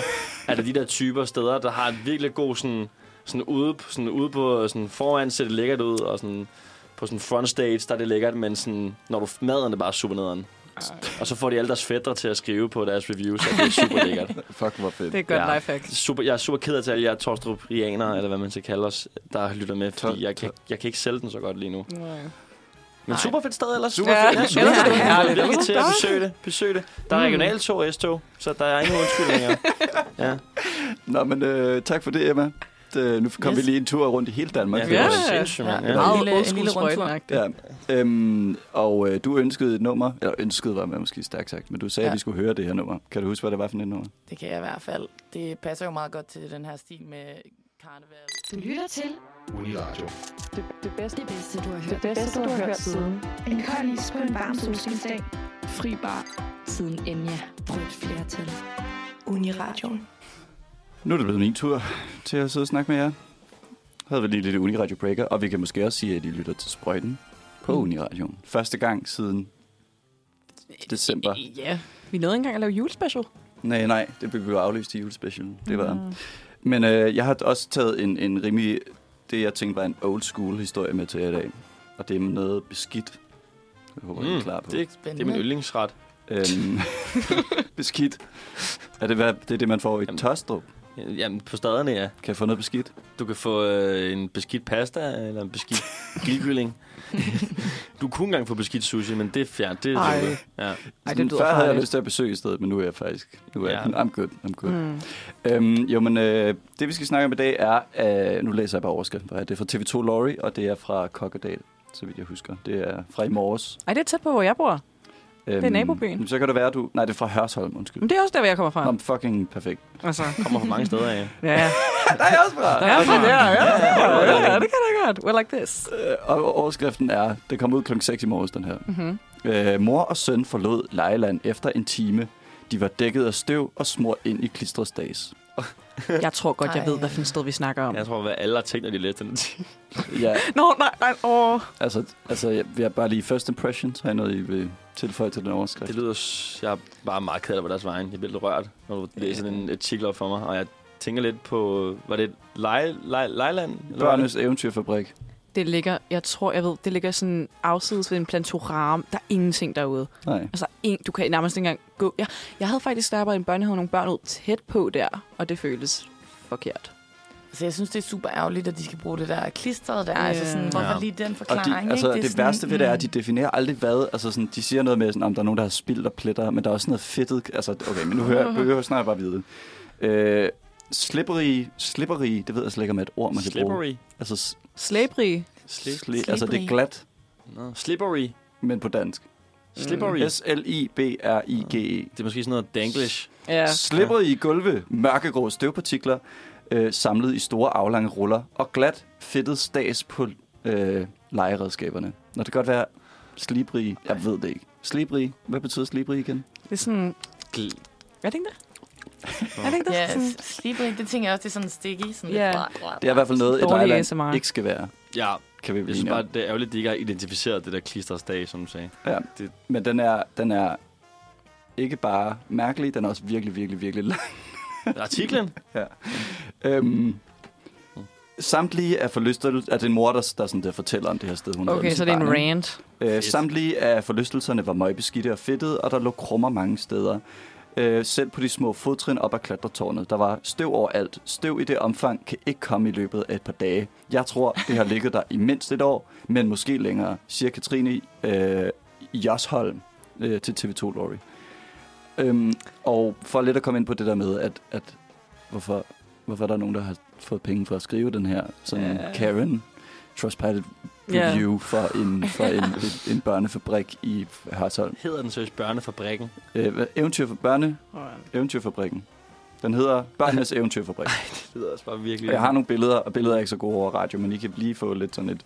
er der de der typer steder, der har en virkelig god sådan, sådan ude, sådan ude på sådan foran ser det lækkert ud, og sådan på sådan front stage, der er det lækkert, men sådan, når du maden er bare super nederen. Og så får de alle deres fætter til at skrive på deres reviews, at det er super lækkert.
Fuck, hvor fedt.
Det er et godt lifehack.
Super, jeg er super ked af til alle jer torstruprianere, eller hvad man skal kalde os, der lytter med, fordi jeg kan, jeg kan ikke sælge den så godt lige nu. Men super fedt sted ellers.
Super fedt.
Ja, super
Ellers
fedt.
er det herligt.
Virkelig til at
Dejligt.
besøge det. Besøg det. Der er
Mm.
regionaltog og S-tog, så der er ingen undskyldninger. ja.
Nå, men øh, tak for det, Emma. Det, nu kom yes.
Yes.
vi lige en tur rundt i hele Danmark.
Ja,
Det var
det er sindssygt, mand. Ja. Ja.
Meget old school sprøjtenagtigt.
Ja. Øhm, og øh, du ønskede et nummer, eller ønskede var måske stærkt sagt, men du sagde, ja.
Ja.
at vi skulle høre det her nummer. Kan du huske, hvad det var for et nummer?
Det kan jeg i hvert fald. Det passer jo meget godt til den her stil med karneval.
Du lytter til
Uniradio.
Det, det, bedste, det bedste, du har hørt. Det
bedste, du har hørt siden.
En kold is på en varm solskinsdag. Fri bar. Siden Enya. Rødt flertal. Uniradioen.
Nu er det blevet min tur til at sidde og snakke med jer. Havde vi lige lidt Uniradio Breaker, og vi kan måske også sige, at I lytter til Sprøjten
Mm.
på Uniradioen. Første gang siden december.
Ja, vi nåede ikke engang at lave julespecial.
Nej, nej, det blev jo aflyst i julespecialen. Det var
Mm.
Men øh, jeg har også taget en, en rimelig, det jeg tænkte var en old school historie med til jer i dag. Og det er noget beskidt. Jeg håber, mm, I er
Mm,
klar på.
det, det er min yndlingsret.
Øhm, beskidt. Er det, hvad, det er det, man får i Tostrup?
Jamen, på staderne, ja.
Kan jeg få noget beskidt?
Du kan få øh, en beskidt pasta, eller en beskidt grillkylling. du kunne engang få beskidt sushi, men det er fjernt. Det er
Ej.
lukket. Ja.
Ej,
Sådan,
det lyder
Før havde jeg
farligt.
lyst til at besøge i stedet, men nu er jeg faktisk... Nu er
Ja.
ja. I'm good, I'm good.
Mm.
Mm. Øhm, jo, men øh, det vi skal snakke om i dag er... Øh, nu læser jeg bare overskriften. for jer. Det er fra TV2 Lorry, og det er fra Kokkedal, så vidt jeg husker. Det er fra i morges.
Ej, det er tæt på, hvor jeg bor.
Øhm,
Det er nabobyen.
Så kan det være, du... Nej, det er fra Hørsholm, undskyld.
Men det er også der, hvor jeg kommer fra.
Nå, fucking perfekt.
Altså.
Kommer fra mange steder af.
Ja, ja.
Der er jeg også fra.
Der er jeg fra der. Ja, ja, ja, ja, det kan jeg da godt. We're like this.
Øh, Og overskriften er, det kom ud kl. 6 i morges, den her.
Mhm.
Øh, mor og søn forlod lejeland efter en time. De var dækket af støv og smurt ind i klistret stads.
Jeg tror godt, jeg
Ej.
ved, hvad for et sted vi snakker om.
Jeg tror, hvad alle har tænkt, når de læste den.
Ja,
Nå, nej, nej, åh.
altså, altså jeg, jeg bare lige first impressions. Har I noget, I vil tilføje til den overskrift?
Det lyder... s- Jeg er bare meget ked af det på deres vejen. Jeg bliver lidt rørt, når du læser en artikel op for mig. Og jeg tænker lidt på... Var det Lej, Lej, Lejland? Eller var det?
Børnenes eventyrfabrik.
Det ligger, jeg tror, jeg ved, det ligger sådan afsides ved en plantoram. Der er ingenting derude.
Nej.
Altså, en, du kan nærmest ikke engang gå. Jeg, jeg havde faktisk, da jeg var i en børnehave, nogle børn ud tæt på der, og det føles forkert.
Så jeg synes, det er super ærgerligt, at de skal bruge det der klistret der. Yeah. Altså sådan, hvorfor
Ja.
lige den
Og de,
forklaring?
altså,
ikke?
det, det
sådan,
værste ved det er, at de
mm.
definerer aldrig hvad. Altså, sådan, de siger noget med, at der er nogen, der har spildt og pletter, men der er også noget fedtet. Altså, okay, men nu hører, vi hører snart bare vide. Øh, slippery, slippery, det ved jeg slet ikke, om er et ord, man kan
Slippery?
bruge. Altså, s-
Slæbrige.
sli, altså, det er
Slippery.
glat,
Nå, slippery.
men på dansk. Mm.
Slippery.
S-L-I-B-R-I-G-E.
Det er måske sådan noget danglish.
Ja.
Slippery i gulve, mørkegrå støvpartikler, øh, samlet i store aflange ruller, og glat fedtet stads på øh, legeredskaberne. Nå, det kan godt være slibri, jeg ved det ikke. Slibri, hvad betyder slibri igen?
Det er sådan...
Gl-
Hvad er det ikke det? Er det ikke det?
Ja,
Sådan-
s- slippery, det tænker jeg også, det er sådan sticky. Sådan
Ja.
lidt bla, bla,
Det er i hvert fald noget, et
Dårlig
lejland
ASMR.
ikke skal være.
Ja.
Kan vi blive
jeg synes
enige
bare,
om.
det er ærgerligt, at de ikke har identificeret det der klistersdag, som du sagde.
Ja,
Det-
men den er, den er ikke bare mærkelig, den er også virkelig, virkelig, virkelig lang.
Artiklen?
ja. Øhm,
Mm.
Samtlige er forlystelser... Er det en mor, der, der, sådan, der fortæller om det her sted, hun ligesom
Okay,
været
så
som
det er en
barn, ikke?
rant.
Øh, samtlige af forlystelserne var møgbeskidte og fedtede, og der lå krummer mange steder. Øh, selv på de små fodtrin op ad klatretårnet. Der var støv overalt. Støv i det omfang kan ikke komme i løbet af et par dage. Jeg tror, det har ligget der i mindst et år, men måske længere, siger Katrine øh, Josholm øh, til TV2 Lorry. Øhm, og for lidt at komme ind på det der med, at, at hvorfor, hvorfor er der nogen, der har fået penge for at skrive den her sådan
Ja.
Karen Trustpilot review for en, for en, en, en børnefabrik i Hørsholm.
Hedder den seriøst Børnefabrikken?
Øh, hvad- eventyr for børne? Eventyrfabrikken. Den hedder Børnenes Eventyrfabrik.
Det lyder også bare virkelig...
Og jeg har nogle billeder, og billeder er ikke så gode over radio, men I kan lige få lidt sådan et...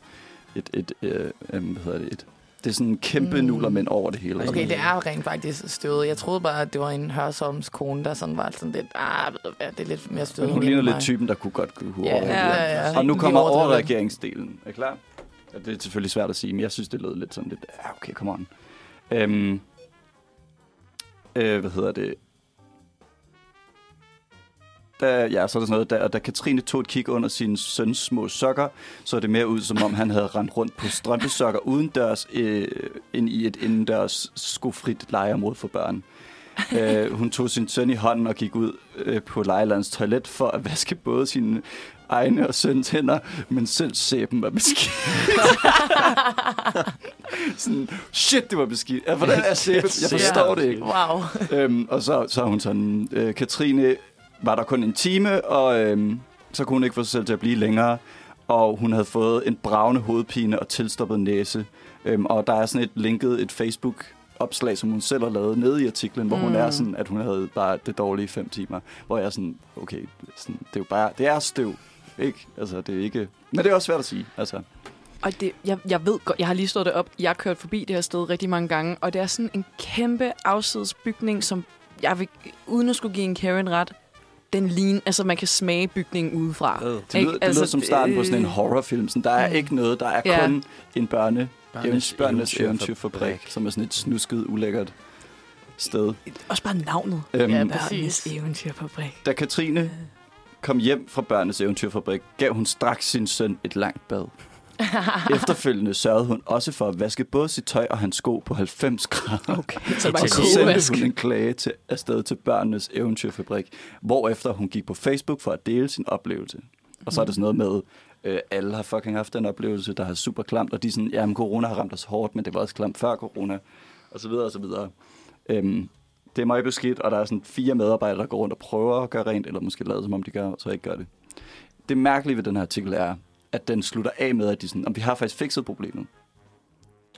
et, et øh, øh, hvad hedder det? Et, det er sådan en kæmpe
Mm.
mm. nullermænd over det hele.
Okay, det er jo rent faktisk støvet. Jeg troede bare, at det var en Hørsholms kone, der sådan var sådan lidt, ah, ved du hvad, det er lidt mere støvet.
Men hun ligner lidt typen, der kunne godt kunne
Ja,
overreagere.
ja, ja.
Og nu
Lige
kommer
overdrevet.
overreageringsdelen. Er I klar? Ja, det er selvfølgelig svært at sige, men jeg synes, det lød lidt sådan lidt, ja, okay, come on. Øhm, øh, hvad hedder det? Da, ja, så er der sådan noget, da, da Katrine tog et kig under sin søns små sokker, så det mere ud, som om han havde rendt rundt på strømpesokker udendørs, øh, ind i et indendørs skofrit lejeområde for børn. Øh, hun tog sin søn i hånden og gik ud øh, på lejelandets toilet for at vaske både sine egne og søns hænder, men selv sæben var beskidt. sådan, shit, det var beskidt. Ja, hvordan er sæbe? Jeg forstår det ikke.
Wow.
Øhm, og så, så er hun sådan, øh, Katrine var der kun en time, og øhm, så kunne hun ikke få sig selv til at blive længere. Og hun havde fået en bravende hovedpine og tilstoppet næse. Øhm, og der er sådan et linket, et Facebook opslag, som hun selv har lavet nede i artiklen, hvor mm. hun
Mm.
er sådan, at hun havde bare det dårlige fem timer. Hvor jeg er sådan, okay, sådan, det er jo bare, det er støv, ikke? Altså, det er ikke, men det er også svært at sige, altså.
Og det, jeg, jeg ved godt, jeg har lige slået det op. Jeg har kørt forbi det her sted rigtig mange gange, og det er sådan en kæmpe afsidesbygning, som jeg vil, uden at skulle give en Karen ret, den ligner, altså man kan smage bygningen udefra. Øh,
Det lyder, det lyder som starten på sådan en horrorfilm. Sådan, der er ikke noget, der er
Ja.
kun en børne,
Børnenes
børnenes, børnenes
eventyrfabrik.
eventyrfabrik, som er sådan et snusket, ulækkert sted.
Også bare navnet.
Øhm, Ja,
Børnenes eventyrfabrik.
Da Katrine kom hjem fra børnenes eventyrfabrik, gav hun straks sin søn et langt bad. Efterfølgende sørgede hun også for at vaske både sit tøj og hans sko på 90 grader. Okay.
Så det var
og så
kogevask.
sendte hun en klage til, afsted til børnenes eventyrfabrik, hvorefter hun gik på Facebook for at dele sin oplevelse. Og så er det sådan noget med, øh, alle har fucking haft den oplevelse, der er super klamt, og de er sådan, jamen corona har ramt os hårdt, men det var også klamt før corona, og så videre og så videre. Øhm, det er meget beskidt, og der er sådan fire medarbejdere, der går rundt og prøver at gøre rent, eller måske lader som om de gør, og så ikke gør det. Det mærkelige ved den her artikel er, at den slutter af med, at de sådan, om vi har faktisk fikset problemet.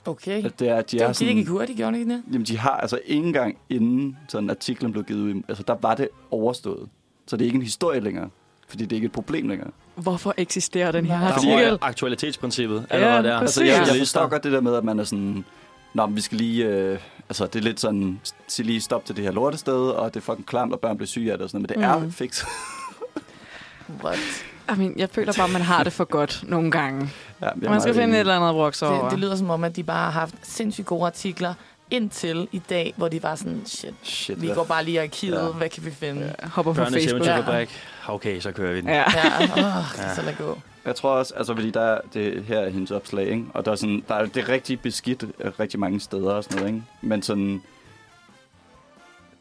Okay.
At det er, at de
det
er
var fordi, det
sådan-
gik hurtigt, gjorde det ikke det?
Jamen, de har altså ikke engang inden sådan artiklen blev givet ud, altså der var det overstået. Så det er ikke en historie længere, fordi det er ikke et problem længere.
Hvorfor eksisterer den her
Der
artikel?
røg aktualitetsprincippet
Ja,
allerede der.
Altså, jeg, jeg forstår godt det der med, at man er sådan, Nå, men vi skal lige, øh, altså det er lidt sådan, sig lige stop til det her lortested, og det er fucking klamt, og børn bliver syge af det og sådan noget, men det mm.
Mm.
er fikset.
I mean, jeg føler bare, man har det for godt nogle gange.
Ja,
er
man skal
meget
finde
enig.
et eller andet broks over.
Det, det lyder som om, at de bare har haft sindssygt gode artikler indtil i dag, hvor de var sådan, shit,
shit
vi
hvad-
går bare lige i arkivet,
Ja.
ja. hvad kan vi finde? Ja.
Hopper
Børnenes eventyrfabrik. Okay, så kører vi den.
Ja. Ja, åh, så lad gå.
Jeg tror også, altså fordi der er det her er hendes opslag, ikke? og der er, sådan, der er det er rigtig beskidt øh, rigtig mange steder og sådan noget, ikke? men sådan,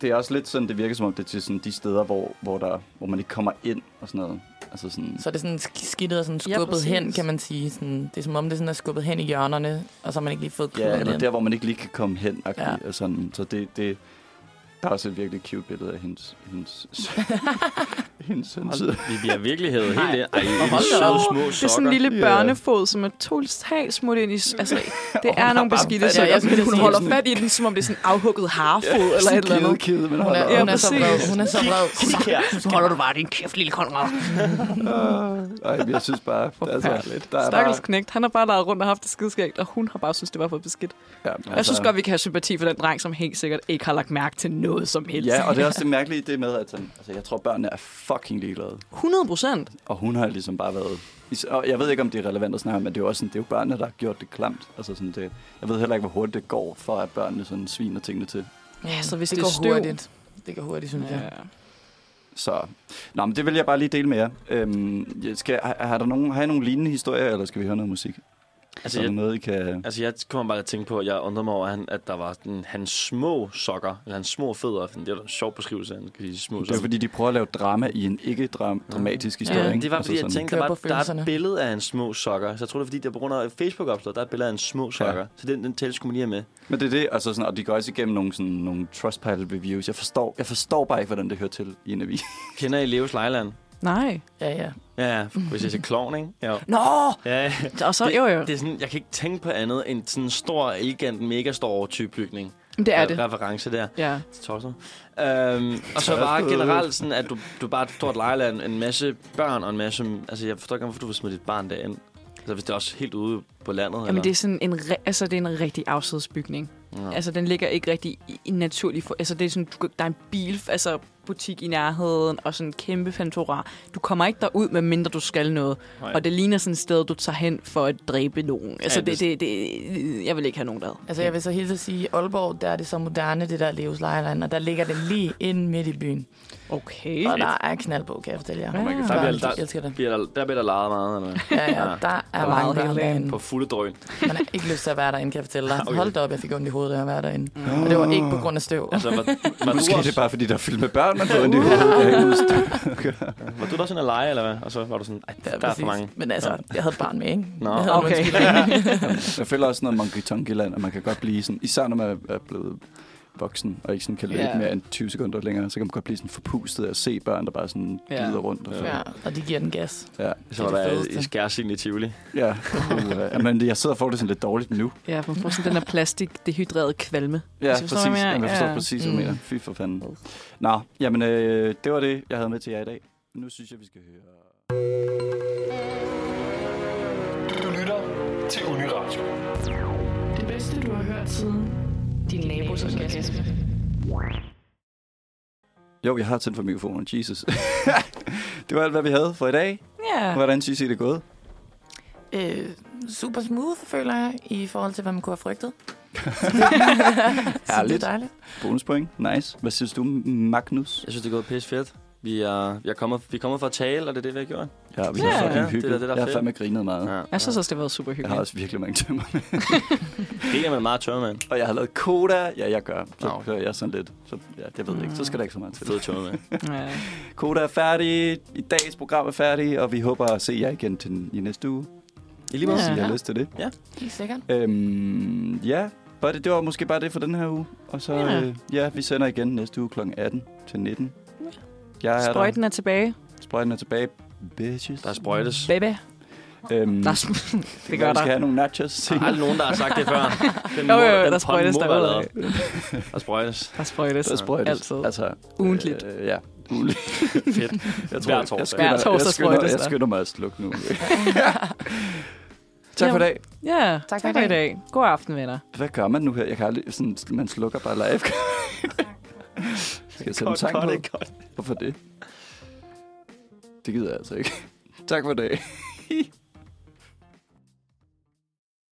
det er også lidt sådan, det virker som om det er til sådan de steder, hvor, hvor, der, hvor man ikke kommer ind og sådan noget. Altså sådan,
Så er det sådan sk- skidtet og sådan
Ja,
skubbet
præcis.
ja, hen, kan man sige. Sådan, det er som om, det sådan er skubbet hen i hjørnerne, og så har man ikke lige fået
ja,
kodet
eller
ind.
der, hvor man ikke lige kan komme hen.
Ja.
Ja. Og sådan. Så det, det, der er også et virkelig cute billede af hendes, hendes, hendes søns.
Altså, Vi bliver virkelig hævet helt ind. Ej,
Hold
det
da
er søde
op.
små sokker.
Det er sådan en lille børnefod, som er totalt smut ind i... s- Altså, det er nogle
bare
beskidte
fat i
sokker,
den.
ja, men
Jeg
hun
skulle
holder
sige
fat i den, som om det er sådan en afhugget harfod
Ja,
eller et
sådan
eller andet.
kede, men
Hun er,
Ja,
hun er så
præcis.
vred. Hun er så vred.
Så holder du bare din kæft, lille Konrad.
Ej, men jeg synes bare, altså, der er bare,
Stakkels knægt, han har bare lejet rundt og haft det skideskægt, og hun har bare synes det var for beskidt.
Ja,
Jeg synes
altså-
godt, vi kan have sympati for den dreng, som helt sikkert ikke har lagt mærke til noget som helst.
Ja, og det er også det mærkelige i det med, at sådan, altså, jeg tror, børnene er fucking ligeglade.
100 procent.
Og hun har ligesom bare været... is- Og jeg ved ikke, om det er relevant at snakke om, men det er jo også sådan, det er jo børnene, der har gjort det klamt. Altså sådan det, jeg ved heller ikke, hvor hurtigt det går, for at børnene sådan sviner tingene til.
Ja,
så hvis
det
det er
går
støv-
hurtigt. Det går hurtigt, synes jeg.
Så, nå, men det vil jeg bare lige dele med jer. Øhm, jeg skal, har, har, der nogen, har I nogle lignende historier, eller skal vi høre noget musik?
Altså,
er der
jeg,
noget, I kan...
altså, jeg kommer bare til at tænke på, at jeg undrede mig over, at, han, at der var den, hans små sokker, eller hans små fødder. Det var da en sjov beskrivelse, at han kan sige små
Det er
sokker.
fordi, de prøver at lave drama i en ikke-dramatisk historie.
Ja,
ikke?
det var
Altså
fordi, jeg
sådan-
tænkte, der, var, der er et billede af en små sokker. Så jeg tror, det er fordi, der på grund af Facebook-opslag, der er et billede af en små sokker. Ja. Så den, den tælle skulle man lige have med.
Men det er det, altså sådan, og de går også igennem nogle, sådan, nogle Trustpilot reviews. Jeg forstår, jeg forstår bare ikke, hvordan det hører til i en avis.
Kender I Leos Lejland?
Nej.
Ja, ja.
Ja, hvis jeg siger klovn, ikke? Ja.
Nå!
Ja.
Og så- jo, jo.
Det, det er sådan, jeg kan ikke tænke på andet end sådan en stor, elegant, megastor type bygning.
Men det er
Re-
det.
Reference der.
Ja.
Tosset. Øhm, og så bare generelt sådan, at du, du bare er et stort lejland, en masse børn og en masse... Altså, jeg forstår ikke, hvorfor du vil smide dit barn derind. Altså, hvis det er også helt ude på landet.
Jamen, det er sådan en, re- altså, det er en rigtig afsidesbygning.
Ja.
Ja. Altså, den ligger ikke rigtig i en naturlig... For- altså, det er sådan, du, der er en bil, altså butik i nærheden, og sådan en kæmpe fantora. Du kommer ikke derud, medmindre du skal noget.
Nej.
Nej. Og det ligner sådan et sted, du tager hen for at dræbe nogen. Altså, ja,
Ja, det-
det, det, det, jeg vil ikke have nogen der.
Altså, jeg vil så hilse at sige, i Aalborg, der er det så moderne, det der Leos Lejland, og der ligger det lige inde midt i byen.
Okay.
Og der er knald på, kan jeg fortælle jer.
Oh my God. Der,
Børn,
bliver,
de elsker
der, bliver, der, der bliver der leget meget. Eller? hvad?
Ja, ja, der er
Og
meget børn derinde.
På fulde drøn.
Man har ikke lyst til at være derinde, kan jeg fortælle dig.
Okay.
Hold da op, jeg fik ondt i hovedet, da jeg var derinde. Og det var ikke på grund af støv.
Altså, var, var
Måske er det
du også,
bare, fordi der er fyldt med børn, man får ondt i hovedet. Jeg kan ikke huske det.
var du der sådan at lege, eller hvad? Og så var du sådan, "Ej, der, der er for
præcis.
mange.
Men altså, jeg havde et barn med, ikke?
Nå,
Jeg havde en
okay.
undskyldning.
jeg føler også noget Monkey Tonky Land, og man kan godt blive sådan, især når man er blevet voksen, og ikke sådan kan løbe
Ja.
yeah. mere end 20 sekunder længere, så kan man godt blive sådan forpustet af at se børn, der bare sådan
Ja.
glider rundt. Og sådan.
Ja, og de giver den gas.
Ja.
Så var der i skærsild i Tivoli.
Ja, uh, men jeg sidder og får det sådan lidt dårligt nu.
Ja, man får sådan den her plastik, dehydrerede kvalme.
Ja,
Hvis I
præcis.
forstår, hvad jeg
Jamen,
mener.
jeg forstår præcis, hvad du
Mm.
mener. Fy for fanden. Nå, jamen, øh, det var det, jeg havde med til jer i dag. Nu synes jeg, vi skal høre...
Du lytter til Uniradio.
Det bedste, du har hørt siden din nabos orgasme.
Jo, jeg har tændt for mikrofonen. Jesus. det var alt, hvad vi havde for i dag.
Ja.
Hvordan synes I, det er gået?
Øh, super smooth, føler jeg, i forhold til, hvad man kunne have frygtet. Så det er
Herligt.
dejligt.
Bonuspoint. Nice. Hvad synes du, Magnus?
Jeg synes, det er gået pisse fedt. Vi er, vi er, kommet, vi er kommet for at tale, og det er det, vi har gjort.
Ja, vi har
Ja.
fucking
Ja, det er da
hygget.
det, der er
jeg har
fedt.
fandme grinet meget.
Ja.
Jeg synes også, det har været super hyggeligt.
Jeg har også virkelig mange tømmer med.
Griner man meget tørre, mand.
Og jeg har lavet koda. Ja, jeg gør. Så no. jeg er sådan lidt. Så, ja, jeg ved ikke. Så skal der ikke så meget til.
Fed tørre, mand.
Ja.
Koda er færdig. I dags program er færdig. Og vi håber at se jer igen til, i næste uge.
I lige måde.
Hvis I har
Ja.
lyst til det.
Ja.
Helt sikkert.
Øhm, ja, bare det, det var måske bare det for den her uge. Og så, ja,
Ja.
øh, ja vi sender igen næste uge kl. 18 til 19. Ja. Jeg er
Sprøjten er tilbage.
der. Sprøjten er tilbage. Bitches. Der
sprøjtes.
Baby.
Øhm,
Der er sp-
det
gør
Vi
der.
skal have nogle nachos.
Der er aldrig nogen, der har sagt det før. Den
Jo,
må-
jo, jo,
den
der
pot
sprøjtes
må være
derudad.
lavet. Der sprøjtes.
Der sprøjtes.
Der sprøjtes.
Altid.
Altså,
Ugentligt.
Øh, ja, ugenligt.
Fedt.
Jeg tror,
Hver torsdag.
Jeg skynder,
Hver torsdag
jeg skynder,
sprøjtes
jeg
der.
skynder mig at slukke nu. tak for i
Jamen,
dag.
Ja, tak, tak for i dag. God aften, venner.
Hvad gør man nu her? Jeg kan aldrig, sådan, man slukker bare live. Skal jeg sætte en
Godt,
sang
godt,
på?
ikke godt.
Hvorfor det? Det gider jeg altså ikke. Tak for i dag.